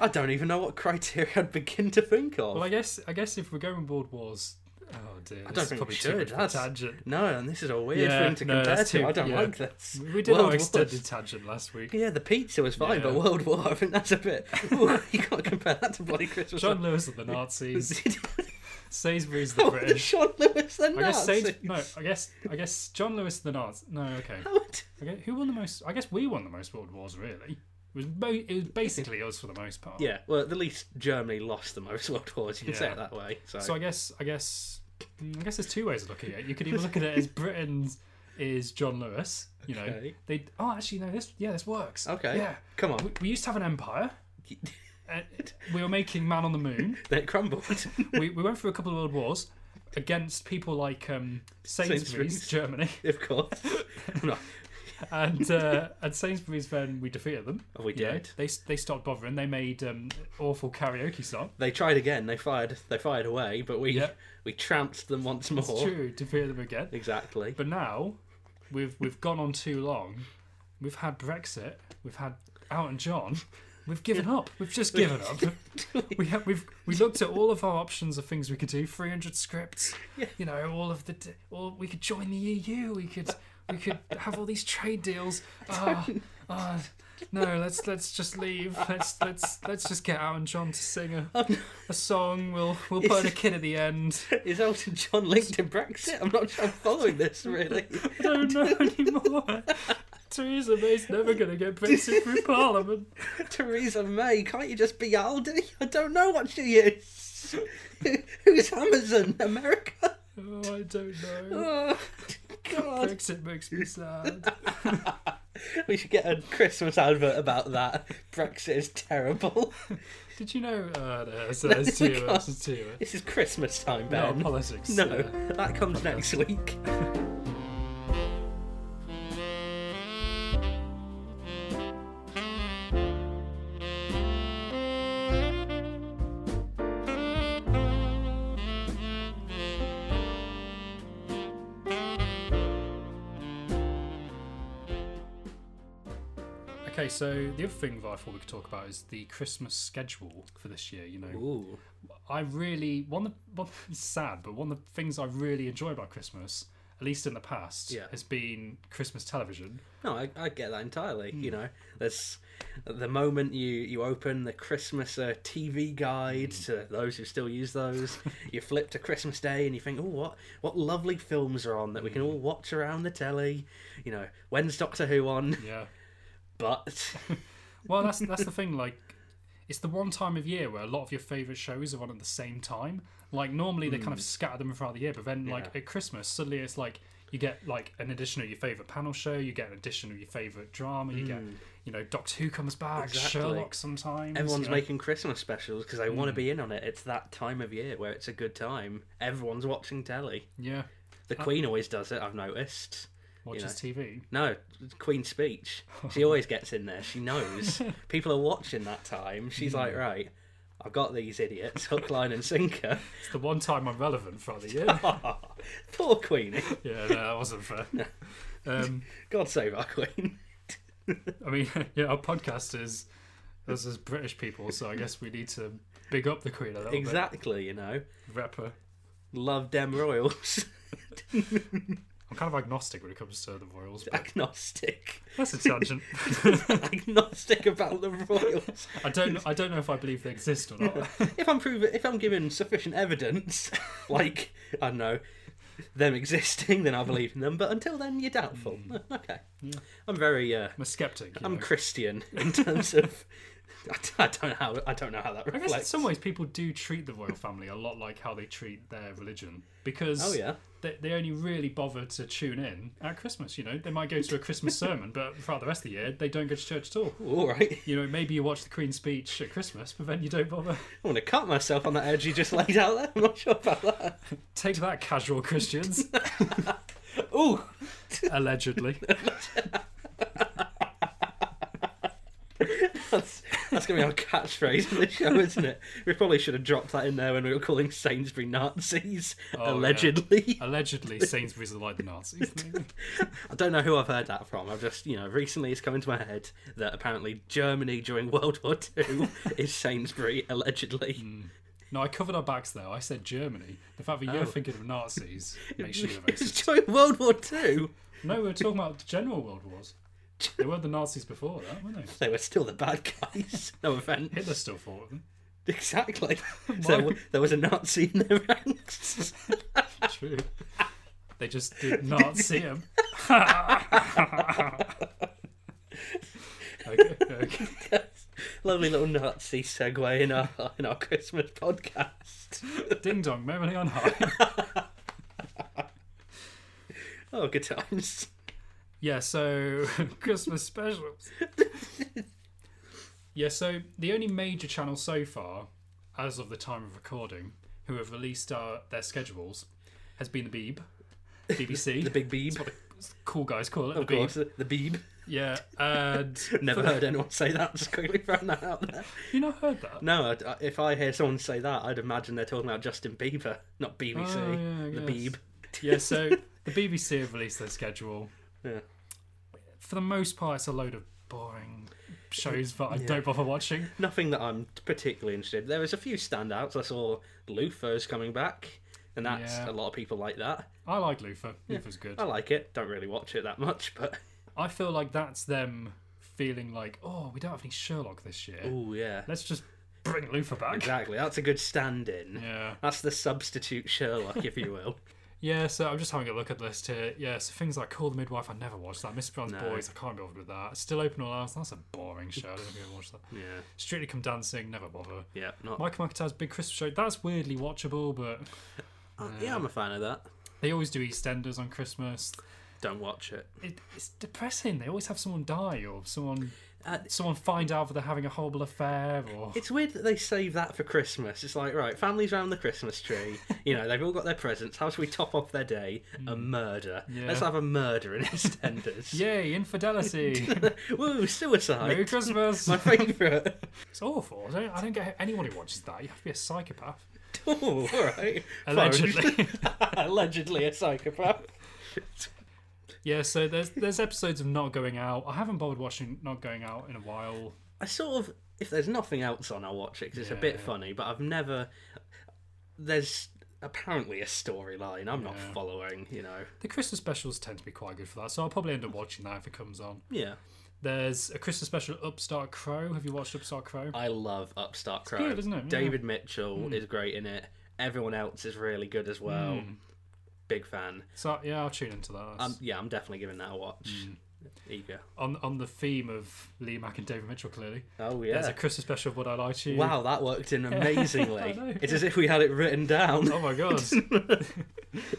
I don't even know what criteria I'd begin to think of. well, I guess I guess if we're going with World Wars, oh dear, I don't think we probably should. Too much of a That's- tangent. no, and this is a weird Yeah, thing to no, compare that's to. too- I don't yeah. like this. We did World our Wars- extended tangent last week. (laughs) Yeah, the pizza was fine, but Yeah. World War, I think that's a bit. Ooh, (laughs) you can't compare that to bloody Christmas. (laughs) John Lewis of the Nazis, Sainsbury's the What was British. John Lewis and I guess Nazis. Sains- no, I guess I guess John Lewis of the Nazis. No, okay. How would- okay. Who won the most? I guess we won the most World Wars. Really, it was mo- it was basically us for the most part. Yeah, well, at least Germany lost the most World Wars. You can say Yeah. it that way. So, So I guess I guess mm, I guess there's two ways of looking at it. You could either look at it (laughs) as Britain's is John Lewis. You know, Okay. they oh actually no this yeah this works. okay, yeah. come on. We, we used to have an (laughs) empire. and we were making man on the moon. Then it crumbled. We, we went through a couple of world wars against people like um, Sainsbury's, Sainsbury's. Germany, (laughs) (laughs) of course. No, and uh, and Sainsbury's. Then we defeated them. Oh, we You know, did. They they stopped bothering. They made um, awful karaoke song. They tried again. They fired. They fired away, but we Yep. we trounced them once more. It's true, defeated them again. Exactly. But now we've we've gone on too long. We've had Brexit. We've had Elton John. We've given up. We've just given up. We have, we've we looked at all of our options of things we could do. Three hundred scripts. You know, all of the. d- Or we could join the EU. We could we could have all these trade deals. Ah, ah, no, let's let's just leave. Let's let's let's just get Elton John to sing a, a song. We'll we'll put in a kid at the end. Is Elton John linked to Brexit? I'm not sure I'm following (laughs) this really. I don't know anymore. Theresa May's never going to get Brexit (laughs) through Parliament. Theresa May, can't you just be Aldi? I don't know what she is. (laughs) Who's Amazon? (laughs) America? Oh, I don't know. Oh, God. Brexit makes me sad. (laughs) We should get a Christmas advert about that. Brexit is terrible. (laughs) Did you know? Uh, there's, there's we too much. There's too much. This is Christmas time, No, Ben. politics. No, uh, that comes next week. Okay, so the other thing that I thought we could talk about is the Christmas schedule for this year. You know, Ooh. I really one of the (laughs) one, it's sad, but one of the things I really enjoy about Christmas, at least in the past, Yeah. has been Christmas (laughs) television. No, I, I get that entirely. You know, there's the moment you, you open the Christmas uh, TV guide to those who still use those, you flip to Christmas Day and you think, oh, what what lovely films are on that we can all watch around the telly. You know, when's Doctor Who on? (laughs) Yeah. But Well, that's that's the thing. Like, it's the one time of year where a lot of your favorite shows are on at the same time. Like, normally they kind of scatter them throughout the year, but then like Hmm. Yeah. at Christmas, suddenly it's like you get like an edition of your favorite panel show, you get an edition of your favorite drama, you get you know Doctor Who comes back, Hmm. Exactly. Sherlock sometimes. everyone's you know. making Christmas specials because they want to be in on it. It's that time of year where it's a good time. Everyone's watching telly. yeah The Queen always does it, I've noticed. watches TV. No, Queen's speech. She always gets in there. She knows people are watching that time. She's like, right, I've got these idiots, hook, line, and sinker. (laughs) It's the one time I'm relevant throughout the year. Poor Queenie. yeah, no, that wasn't fair. Um, God save our Queen. I mean, (laughs) yeah, our podcast is us as British people, so I guess we need to big up the Queen a little Exactly, you know. bit. Rep her. Love dem royals. (laughs) I'm kind of agnostic when it comes to the royals. But Agnostic. (laughs) that's a tangent. Agnostic about the royals. I don't. I don't know if I believe they exist or not. If I'm proving, if I'm given sufficient evidence, (laughs) like I don't know them existing, then I believe in them. But until then, you're doubtful. Okay, I'm very uh, I'm a skeptic. you I'm know. (laughs) Christian in terms of. I d- I don't know how I don't know how that I guess reflects. in some ways people do treat the royal family a lot like how they treat their religion because Oh, yeah. they, they only really bother to tune in at Christmas. You know, they might go to a Christmas sermon, but throughout the rest of the year they don't go to church at all. All right, You know, maybe you watch the Queen's speech at Christmas, but then you don't bother. I want to cut myself on that edge you just laid out there. I'm not sure about that. Take that, casual Christians. (laughs) Ooh, Allegedly. that's, that's gonna be our catchphrase in the show, isn't it? We probably should have dropped that in there when we were calling Sainsbury Nazis Oh, yeah. Uh, allegedly. Allegedly, Sainsbury's are like the Nazis. I don't know who I've heard that from. I've just, you know, recently it's come into my head that apparently Germany during World (laughs) War Two is Sainsbury allegedly. Mm, No, I covered our backs though. I said Germany. The fact that you're thinking of Nazis makes you a (laughs) racist. It's during World War Two. No, we were talking about the general world wars. They were the Nazis before that, weren't they? They were still the bad guys. (laughs) No offense. (laughs) Hitler still fought with them. (laughs) Exactly. So there, there was a Nazi in their ranks. (laughs) True. They just did not see him. (laughs) okay, okay. Lovely little Nazi segue in our in our Christmas podcast. Ding dong, memory on high. Oh, good times. Yeah, so (laughs) Christmas (laughs) specials. yeah, so the only major channel so far, as of the time of recording, who have released uh, their schedules has been the Beeb, BBC. (laughs) The Big Beeb, what the cool guys call it. of the Beeb. course. The Beeb. Yeah, (laughs) and Never heard anyone say that. Just quickly throwing that out there. you not heard that? No, I- I- if I hear someone say that, I'd imagine they're talking about Justin Bieber, not BBC. Oh, yeah, I the guess. Beeb. Yeah, so the BBC have released their schedule. Yeah. For the most part, it's a load of boring shows that I don't bother watching. Nothing that I'm particularly interested. There was a few standouts. I saw Luther's coming back, and that's Yeah. a lot of people like that. I like Luther. Luther's good. I like it. Don't really watch it that much, but (laughs) I feel like that's them feeling like, oh, we don't have any Sherlock this year. oh yeah, Let's just bring Luther back. exactly. That's a good stand-in. Yeah. That's the substitute Sherlock, if you will. Yeah, so I'm just having a look at the list here. Yeah, so things like Call the Midwife, I never watched that. Miss Brown's Boys, I can't be bothered with that. Still Open All Hours, that's a boring show. I don't think I watched (laughs) that. (laughs) yeah, Strictly Come Dancing, never bother. yeah, not. Michael McIntyre's Big Christmas Show, that's weirdly watchable, but uh, yeah, I'm a fan of that. they always do EastEnders on Christmas. Don't watch it. It, it's depressing. They always have someone die or someone Uh, someone find out that they're having a horrible affair or It's weird that they save that for Christmas. It's like, right, families around the Christmas (laughs) tree. You know, they've all got their presents. How should we top off their day? A murder. Yeah. Let's have a murder in (laughs) EastEnders. yay (laughs) infidelity. Woo, suicide. Merry Christmas. My favourite. (laughs) It's awful. I don't, I don't get how anyone who watches that. You have to be a psychopath. (laughs) Oh, all right. Fine. Allegedly. (laughs) Allegedly a psychopath. Yeah, so there's there's episodes of Not Going Out. I haven't bothered watching Not Going Out in a while. I sort of, if there's nothing else on, I'll watch it because it's a bit Yeah. funny. But I've never. There's apparently a storyline. I'm not Yeah. following. You know. The Christmas specials tend to be quite good for that, so I'll probably end up watching that if it comes on. Yeah. There's a Christmas special, Upstart Crow. Have you watched Upstart Crow? I love Upstart Crow. good, isn't it? Yeah. Mm. David Mitchell is great in it. Everyone else is really good as well. Mm. Big fan. So yeah, I'll tune into that. Um, yeah, I'm definitely giving that a watch. mm. Eager. on on the theme of Lee Mack and David Mitchell, clearly. Oh There's yeah. a Christmas special of Would I Lie to You? Wow, that worked in (laughs) I amazingly. know. it's as if we had it written down. Oh my (laughs) god.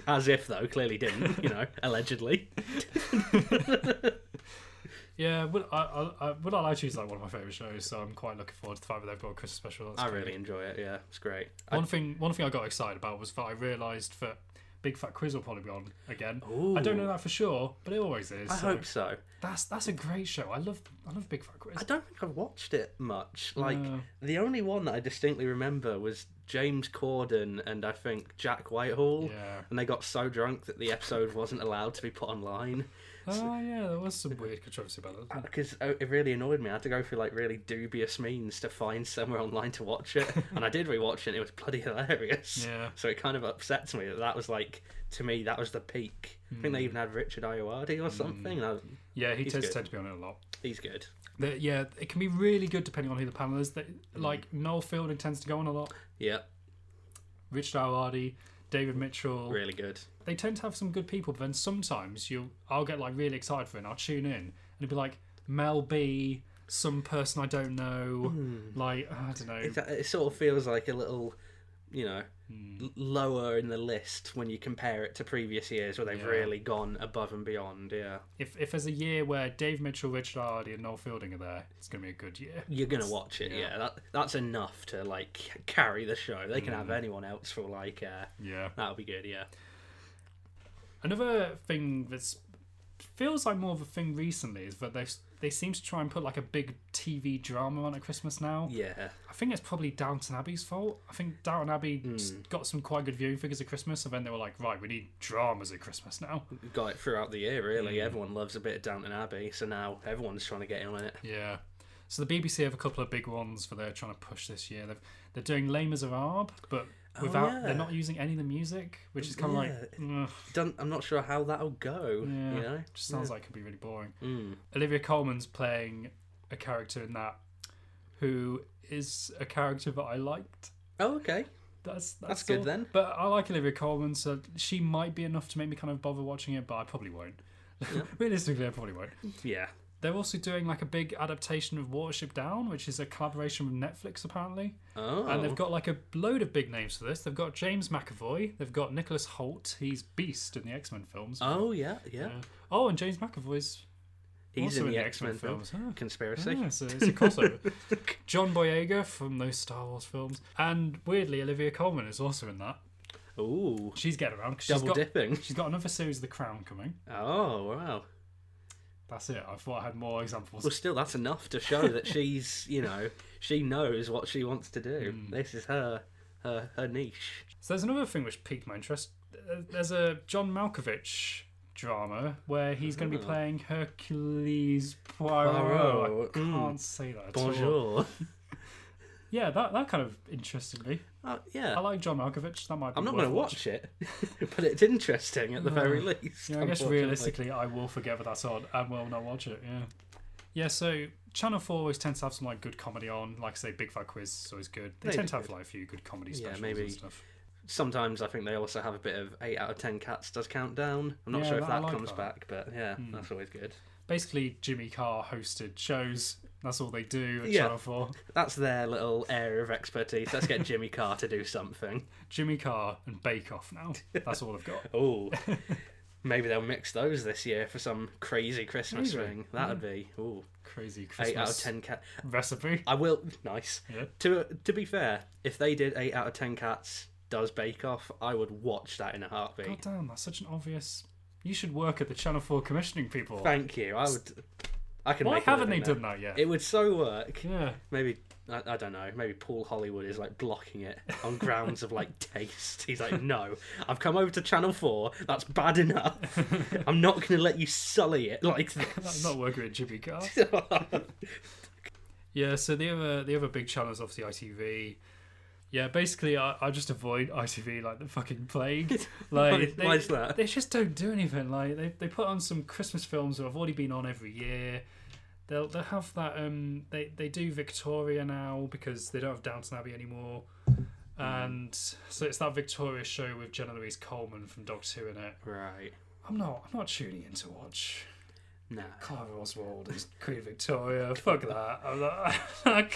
As if though, clearly didn't. (laughs) You know, allegedly. yeah, Would I, I, I, Would I Lie to You is like one of my favourite shows, so I'm quite looking forward to the fact that they've got a Christmas special. That's I good. Oh, really enjoy it. Yeah, it's great. I, One thing, one thing I got excited about was that I realised that Big Fat Quiz will probably be on again. I don't know that for sure, but it always is. I so hope so. that's that's a great show. I love I love Big Fat Quiz. I don't think I've watched it much. Like No. the only one that I distinctly remember was James Corden and I think Jack Whitehall. Yeah. And they got so drunk that the episode wasn't allowed to be put online (laughs) Oh yeah, there was some weird controversy about it. because oh, it really annoyed me. I had to go through like really dubious means to find somewhere online to (laughs) watch it, and I did rewatch it. and It was bloody hilarious. Yeah. So it kind of upsets me that that was like to me that was the peak. I Hmm. think they even had Richard Ayoade or something. and I, Yeah, he tends good. tend to be on it a lot. he's good. That- yeah, it can be really good depending on who the panel is. Mm. That like Noel Fielding tends to go on a lot. Yeah, Rich Dowardy, David Mitchell. really good. They tend to have some good people, but then sometimes you I'll get like really excited for it and I'll tune in and it'll be like Mel B, some person I don't know. Like I don't know. It, it sort of feels like a little, you know, l- lower in the list when you compare it to previous years where they've Yeah. really gone above and beyond. Yeah, If if there's a year where Dave Mitchell, Richard Dowardy and Noel Fielding are there, it's gonna be a good year. you're gonna watch it. Yeah, that that's enough to like carry the show. They can have anyone else for all I care. Yeah. That'll be good. Yeah, Another thing that's feels like more of a thing recently is that they they seem to try and put like a big TV drama on at Christmas now. yeah. I think it's probably Downton Abbey's fault. I think Downton Abbey s got some quite good viewing figures at Christmas, and then they were like, right, we need dramas at Christmas now. Got it throughout the year. Really, everyone loves a bit of Downton Abbey, so now everyone's trying to get in on it. Yeah. So the BBC have a couple of big ones that they're trying to push this year. They've, they're doing Les Miserables, but without Oh, yeah. they're not using any of the music, which is kind of like ugh, Don't, I'm not sure how that'll go. yeah, You know, Hmm. just sounds like it could be really boring. Olivia Coleman's playing a character in that who is a character that I liked. oh okay, That's That's that's, good all. then. But I like Olivia Colman, so she might be enough to make me kind of bother watching it, but I probably won't. (laughs) Realistically, I probably won't. yeah. They're also doing like a big adaptation of Watership Down, which is a collaboration with Netflix apparently. Oh, And they've got like a load of big names for this. They've got James McAvoy, they've got Nicholas Holt, he's Beast in the X Men films. oh yeah, yeah. Uh, oh, and James McAvoy's He's also in the X Men films. films. huh? Conspiracy. Yeah, so (laughs) it's a crossover. John Boyega from those Star Wars films, and weirdly, Olivia Colman is also in that. Ooh, She's getting around. 'cause she's double got, dipping. She's got another series of The Crown coming. Oh wow. That's it. I thought I had more examples. Well, still, that's enough to show that she's, (laughs) you know, she knows what she wants to do. Hmm. This is her, her, her niche. So there's another thing which piqued my interest. Uh, There's a John Malkovich drama where he's going Hmm. to be playing Hercules Poirot. Poirot, Hmm. I can't say that. At All. Bonjour. Yeah, that, that kind of interested me. Oh, I yeah, like John Malkovich. That might. Be I'm not worth going to watching. watch it, (laughs) but it's interesting at the very least. Hmm. Yeah, I guess unfortunately. realistically, I will forget that that's on and will not watch it. Yeah. Yeah, so Channel 4 always tends to have some like good comedy on. Like I say, Big Fat Quiz is always good. They They tend do to have like a few good comedy specials maybe. and stuff. Sometimes I think they also have a bit of eight out of ten cats does count down. I'm not Yeah, sure if that- I that like comes that. Hmm. back, but yeah, that's always good. Basically, Jimmy Carr hosted shows. That's all they do at Yeah. Channel 4. That's their little area of expertise. (laughs) Let's get Jimmy Carr to do something. Jimmy Carr and Bake Off now. That's all I've (laughs) got. (laughs) Oh, maybe they'll mix those this year for some crazy Christmas Maybe, thing. That'd be ooh. Crazy Eight out of Christmas ten cat. recipe. I will. Nice. Yeah. To to be fair, if they did eight out of ten cats does Bake Off, I would watch that in a heartbeat. God damn, that's such an obvious. You should work at the Channel 4 commissioning people. Thank you. I would. I can. Why make a haven't they living now. done that yet? It would so work. yeah. Maybe I, I don't know. Maybe Paul Hollywood is like blocking it on grounds of (laughs) like taste. He's like, no, I've come over to Channel Four. That's (laughs) bad enough. I'm not going to let you sully it like I'm this. not working at Ghibli (laughs) Car. Yeah, so the other the other big challenge is obviously ITV. Yeah, basically I, I just avoid ITV like the fucking (laughs) plague. Like Why- why is (laughs) that? They just don't do anything. Like they, they put on some Christmas films that have already been on every year. They'll they'll have that um they, they do Victoria now because they don't have Downton Abbey anymore. And so it's that Victoria show with Jenna Louise Coleman from Doctor Who in it. right. I'm not I'm not tuning in to watch. Nah. Clive Oswald is Queen Victoria. Fuck that. I'm not,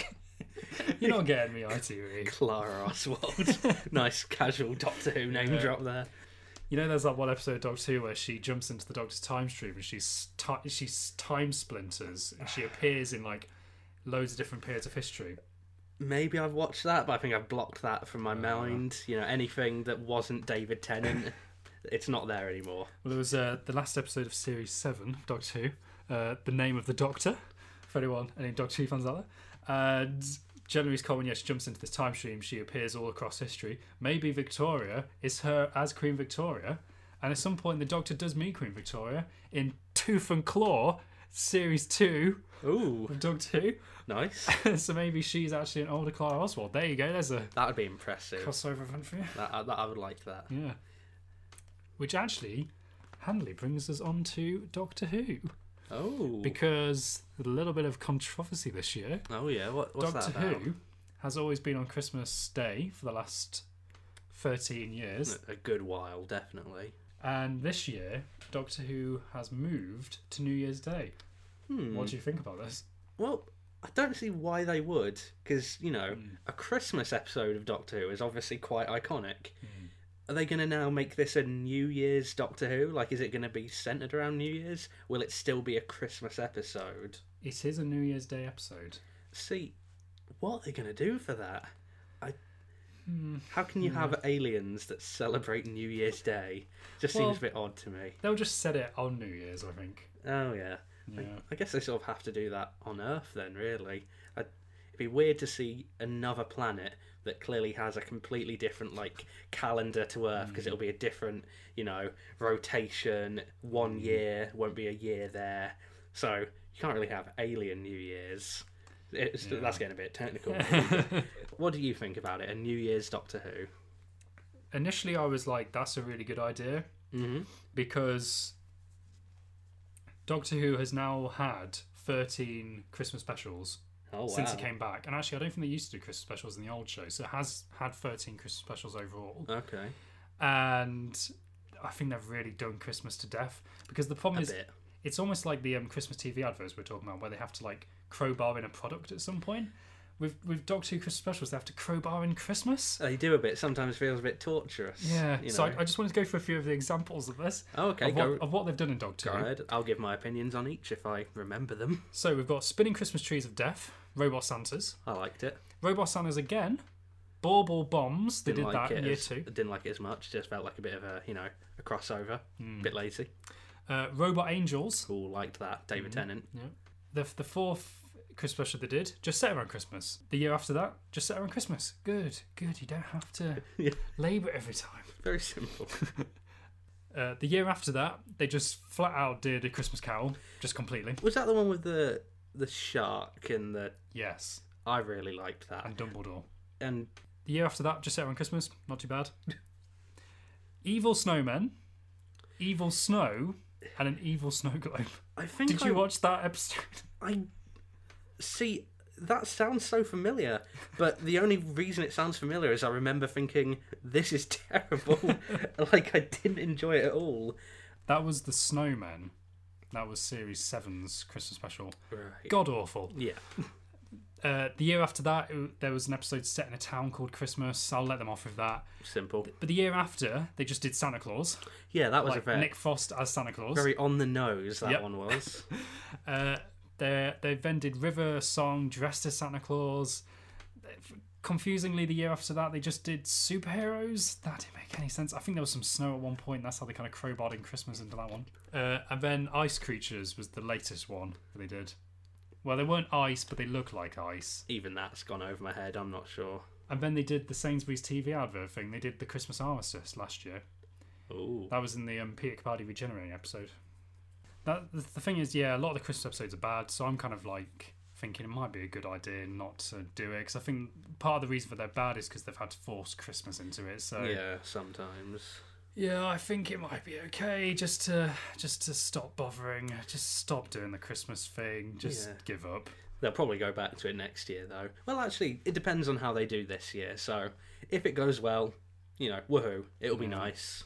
(laughs) you're not getting me ITV. (laughs) Clara Oswald. (laughs) nice casual Doctor Who name Yeah. drop there. You know, there's that one episode of Doctor Who where she jumps into the Doctor's time stream and she's ti she's time splinters and she appears in like loads of different periods of history. Maybe I've watched that, but I think I've blocked that from Ah. my mind. You know, anything that wasn't David Tennant, (laughs) it's not there anymore. Well, there was uh, the last episode of Series Seven of Doctor Who, uh, the name of the Doctor, for anyone any Doctor Who fans out there. And Jenna Rhys Coleman, yeah, she jumps into this time stream. She appears all across history. Maybe Victoria is her as Queen Victoria, and at some point the Doctor does meet Queen Victoria in Tooth and Claw Series Two Ooh, of Doctor (laughs) nice. Who. so maybe she's actually an older Clara Oswald. There you go. There's a That would be impressive. crossover event for you. That, I- that I would like that. Yeah. Which actually, handily brings us on to Doctor Who. Oh, because a little bit of controversy this year. oh yeah. What, what's Doctor that about? Who has always been on Christmas Day for the last 13 years, A good while, definitely. and this year Doctor Who has moved to New Year's Day. Hmm. What do you think about this? Well, I don't see why they would, because you know, a Christmas episode of Doctor Who is obviously quite iconic. Are they going to now make this a New Year's Doctor Who? Like, is it going to be centered around New Year's? Will it still be a Christmas episode? It is a New Year's Day episode. See, what are they going to do for that? I. How can you have aliens that celebrate New Year's Day? Just Well- seems a bit odd to me. They'll just set it on New Year's, I think. Oh yeah. Yeah. I guess they sort of have to do that on Earth then, really. I, it'd be weird to see another planet that clearly has a completely different like calendar to Earth because it'll be Mm. a different, you know, rotation. One Mm. year won't be a year there, so you can't really have alien New Year's. It's, That's getting a (laughs) bit technical. what do you think about it? A New Year's Doctor Who? Initially, I was like, that's a really good idea. Mm-hmm. because Doctor Who has now had 13 Christmas specials Oh wow! since it came back. And actually, I don't think they used to do Christmas specials in the old show, so it has had 13 Christmas specials overall. Okay, And I think they've really done Christmas to death because the problem a is bit. it's almost like the um, Christmas TV adverts we we're talking about, where they have to like crowbar in a product at some point. With with Doctor Who Christmas specials, they have to crowbar in Christmas. They Oh, do a bit. Sometimes feels a bit torturous. Yeah, you so know. I, I just wanted to go through a few of the examples of this, Oh, okay, of, go- what, of what they've done in Doctor Go Who. ahead. I'll give my opinions on each if I remember them. (laughs) So we've got spinning Christmas trees of death, robot Santas, I liked it. robot Santas again, bauble bombs. They Didn't did like that in it. year as, two. Didn't like it as much. Just felt like a bit of a you know a crossover. Hmm. Bit lazy. Uh, robot angels. Cool. Liked that. Hmm. David Tennant. Yeah. The the fourth Christmas special they did just set around Christmas. The year after that, just set around Christmas. Good, good. You don't have to (laughs) Yeah. labour every time. Very simple. Uh, the year after that, they just flat out did a Christmas Carol, just completely. (laughs) Was that the one with the the shark and the? Yes, I really liked that. and Dumbledore. And The year after that, just set around Christmas. Not too bad. evil snowmen, evil snow, and an evil snow globe. (laughs) I think Did I, you watch that episode? (laughs) I see. That sounds so familiar, but the only reason it sounds familiar is I remember thinking this is (laughs) terrible. (laughs) like I didn't enjoy it at all. That was the snowmen. That was series seven's Christmas special. Right. God awful. Yeah. Uh, the year after that, it- there was an episode set in a town called Christmas. I'll let them off with that. Simple. But the year after, they just did Santa Claus, Yeah, that was a like very Nick Frost as Santa Claus. very on the nose that Yep. (laughs) one was. Uh, they they then did River Song dressed as Santa Claus. Confusingly, the year after that, they just did superheroes. That didn't make any sense. I think there was some snow at one point. That's how they kind of crowbarred in Christmas into that one. Uh, and then Ice Creatures was the latest one that they did. Well, they weren't ice, but they look like ice. Even that's gone over my head. I'm not sure. And then they did the Sainsbury's TV advert thing. They did the Christmas armistice last year. Ooh. That was in the um, Peter Capaldi regenerating episode. That the thing is, yeah, a lot of the Christmas episodes are bad, so I'm kind of like thinking it might be a good idea not to do it because I think part of the reason for they're bad is because they've had to force Christmas into it. So Yeah, sometimes. Yeah, I think it might be okay just to just to stop bothering, just stop doing the Christmas thing, just Yeah. give up. They'll probably go back to it next year, though. Well, actually, it depends on how they do this year. So, if it goes well, you know, woohoo, it'll Mm. be nice.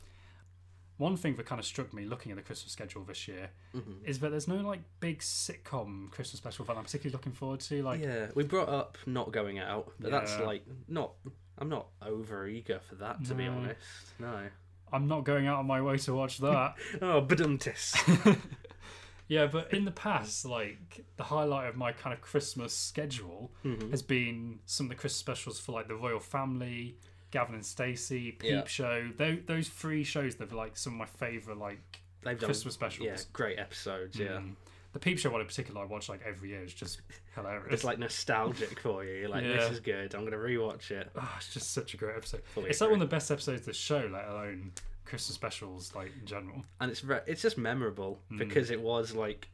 One thing that kind of struck me looking at the Christmas schedule this year Mm-hmm. is that there's no like big sitcom Christmas special that I'm particularly looking forward to. Like, Yeah, we brought up not going out, but that's Yeah. like not. I'm not over eager for that, to be honest. No. I'm not going out on my way to watch that. Oh, badumtis. (laughs) yeah, but in the past, like the highlight of my kind of Christmas schedule Mm-hmm. has been some of the Christmas specials for like the Royal Family, Gavin and Stacey, Peep Yeah. Show. Those those three shows that are like some of my favorite like They've done Christmas specials. yeah, great episodes. Yeah, Mm. The Peep Show one in particular, I watch like every year. It's (laughs) just hilarious. it's like nostalgic for you. You're like, this Yeah. is good. I'm gonna rewatch it. oh, it's just such a great episode. Fully it's like one of the best episodes of the show, let alone Christmas specials, like in general. and it's re- it's just memorable Hmm. because it was like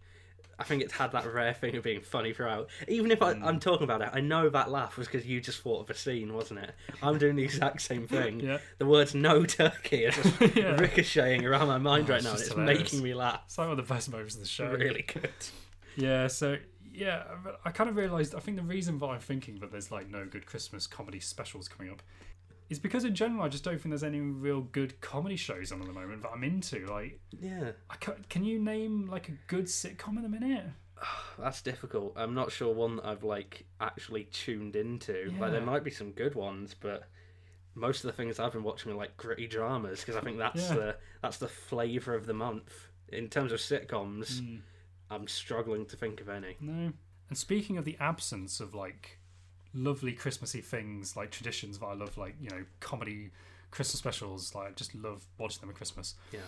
I think it's had that rare thing of being funny throughout. Even if I, Hmm. I'm talking about it, I know that laugh was because you just thought of a scene, wasn't it? I'm doing the exact same (laughs) thing. Yeah. The words "no turkey" are (laughs) just Yeah. Oh, ricocheting around my mind right it's now, and just it's hilarious. making me laugh. It's like one of the best moments of the show. Really good. Yeah. So yeah, I I kind of realised. I think the reason why I'm thinking that there's like no good Christmas comedy specials coming up is because in general I just don't think there's any real good comedy shows on at the moment that I'm into. Like, Yeah, I can can you name like a good sitcom in a minute? that's difficult. I'm not sure one that I've like actually tuned into. Like there Yeah. might be some good ones, but most of the things I've been watching are like gritty dramas because I think that's Yeah. the that's the flavour of the month in terms of sitcoms. Hmm. I'm struggling to think of any. No. And speaking of the absence of like lovely Christmassy things, like traditions that I love, like you know comedy Christmas specials, like I just love watching them at Christmas. Yeah.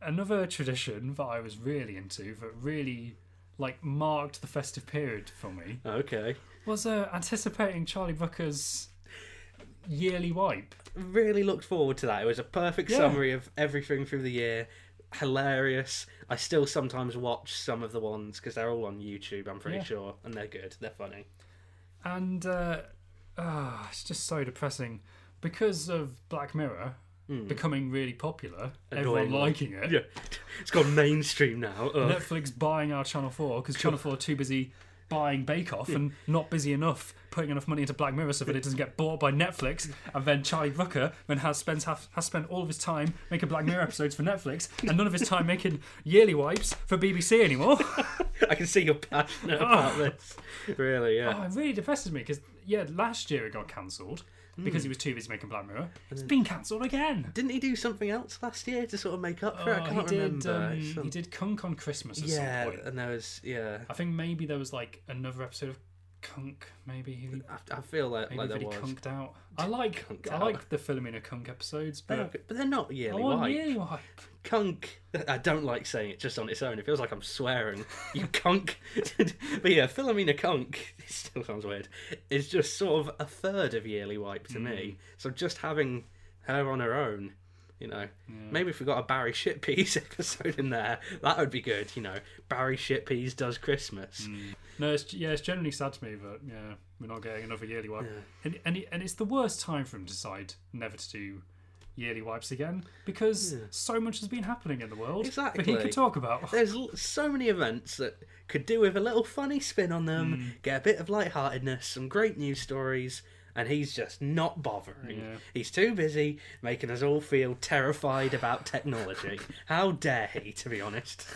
Another tradition that I was really into, that really like marked the festive period for me, Okay. was uh, anticipating Charlie Brooker's yearly wipe. Really looked forward to that. It was a perfect Yeah. summary of everything through the year. Hilarious. I still sometimes watch some of the ones because they're all on YouTube. I'm pretty Yeah. sure, and they're good. They're funny. and uh, ah, it's just so depressing because of Black Mirror becoming really popular, everyone Annoyingly. liking it. Yeah. (laughs) It's gone (laughs) mainstream now. Ugh. Netflix buying our Channel Four because Channel Four are too busy buying Bake Off and not busy enough putting enough money into Black Mirror so that it doesn't get bought by Netflix. And then Charlie Brooker then has spends has, has spent all of his time making Black Mirror episodes for Netflix and none of his time making yearly wipes for BBC (laughs) anymore. (laughs) I can see you're (laughs) passionate about this. Really, yeah. Oh, it really depresses me because yeah, last year it got cancelled Hmm. because he was too busy making Black Mirror. It's been cancelled again. Didn't he do something else last year to sort of make up for it? Oh, I can't he did. remember. Um, Some- he did Kunk on Christmas at yeah, some point. and there was yeah. I think maybe there was like another episode of Kunk. Maybe he maybe I, I feel like like that there he was. cunked out. I like Cunked I out. like the Philomena Kunk episodes, They're but good, but they're not I yearly want wipe. yearly wipe. Kunk. I don't like saying it just on its own. It feels like I'm swearing. You (laughs) kunk. but yeah, Philomena Kunk. (laughs) It still sounds weird. Is just sort of a third of yearly wipe to me. So just having her on her own, you know, maybe if we got a Barry Shitpeas (laughs) episode in there, that would be good. You know, Barry Shitpeas does Christmas. No, it's, yeah, it's generally sad to me, but yeah, we're not getting another yearly wipe. Yeah. And and, it- and it's the worst time for him to decide never to do yearly wipes again because so much has been happening in the world that he Exactly. could talk about. (laughs) There's l- so many events that could do with a little funny spin on them, get a bit of lightheartedness, some great news stories, and he's just not bothering. Yeah. He's too busy making us all feel terrified about (laughs) technology. How dare he, to be honest?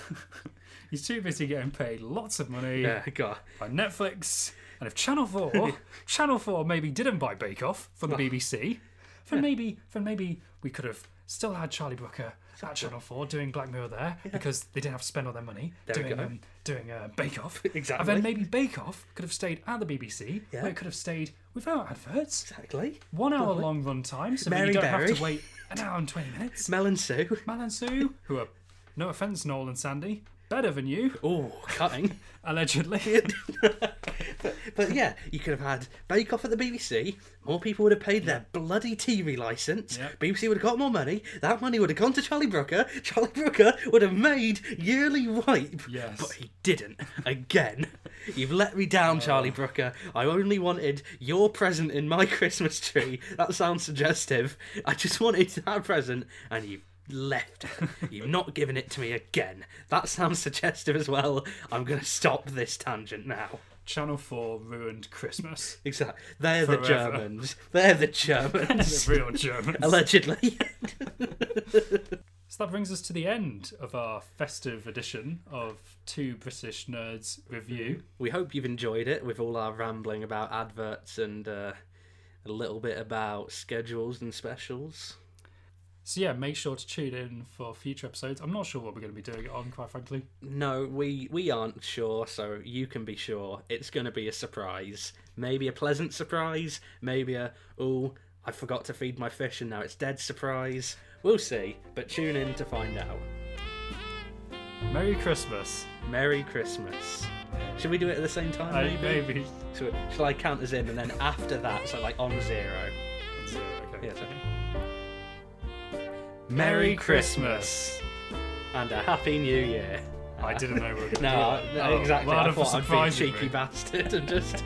He's too busy getting paid lots of money Yeah, (laughs) God. by Netflix. And if Channel (laughs) Four, Channel Four maybe didn't buy Bake Off from Oh. the BBC, then maybe then maybe we could have still had Charlie Brooker at Channel Four doing Black Mirror there because they didn't have to spend all their money we doing go. um, doing uh, Bake (laughs) Off. And Exactly. then maybe Bake Off could have stayed at the BBC, Yeah. where it could have stayed without adverts, Exactly. one hour long run time, so that Mary you don't Berry. have to (laughs) wait an hour and twenty minutes. Mel and Sue. Mal and Sue, who are, no offense, Noel and Sandy, better than (laughs) you, Oh, cutting. allegedly. but yeah, you could have had Bake Off at the BBC. More people would have paid their bloody TV license. Yep. BBC would have got more money. That money would have gone to Charlie Brooker. Charlie Brooker would have made yearly wipe. Yes. But he didn't. Again. You've let me down, Charlie Brooker. I only wanted your present in my Christmas tree. That sounds suggestive. I just wanted that present, and you've left. You've not given it to me again. That sounds suggestive as well. I'm going to stop this tangent now. Channel 4 ruined (laughs) Christmas. Exactly. They're the Forever. Germans. They're the the (laughs) Germans. real Germans. Allegedly. (laughs) So that brings us to the end of our festive edition of Two British Nerds Review. we hope you've enjoyed it with all our rambling about adverts and uh, a little bit about schedules and specials. So yeah, make sure to tune in for future episodes. I'm not sure what we're going to be doing it on, quite frankly. No, we, we aren't sure, so you can be sure it's going to be a surprise. Maybe a pleasant surprise, maybe a, oh, I forgot to feed my fish and now it's dead surprise. We'll see, but tune in to find out. Merry Christmas. Merry Christmas. Should we do it at the same time, I- Uh, maybe? maybe. So shall I count us in and then after that, so like on zero? So, okay. Yeah, it's okay. Merry Christmas. and a happy new year. I didn't know we (laughs) were going to No, do no, that. Oh, exactly. well I done for thought I'd be a surprising cheeky me. bastard and just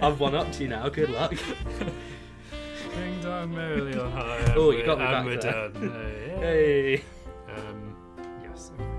I've one up to you now. Good luck. Ding dong merrily on high. and (laughs) Oh, you we're- got me and back (laughs) we're there. done. Uh, yeah. Hey. Um, yes. okay.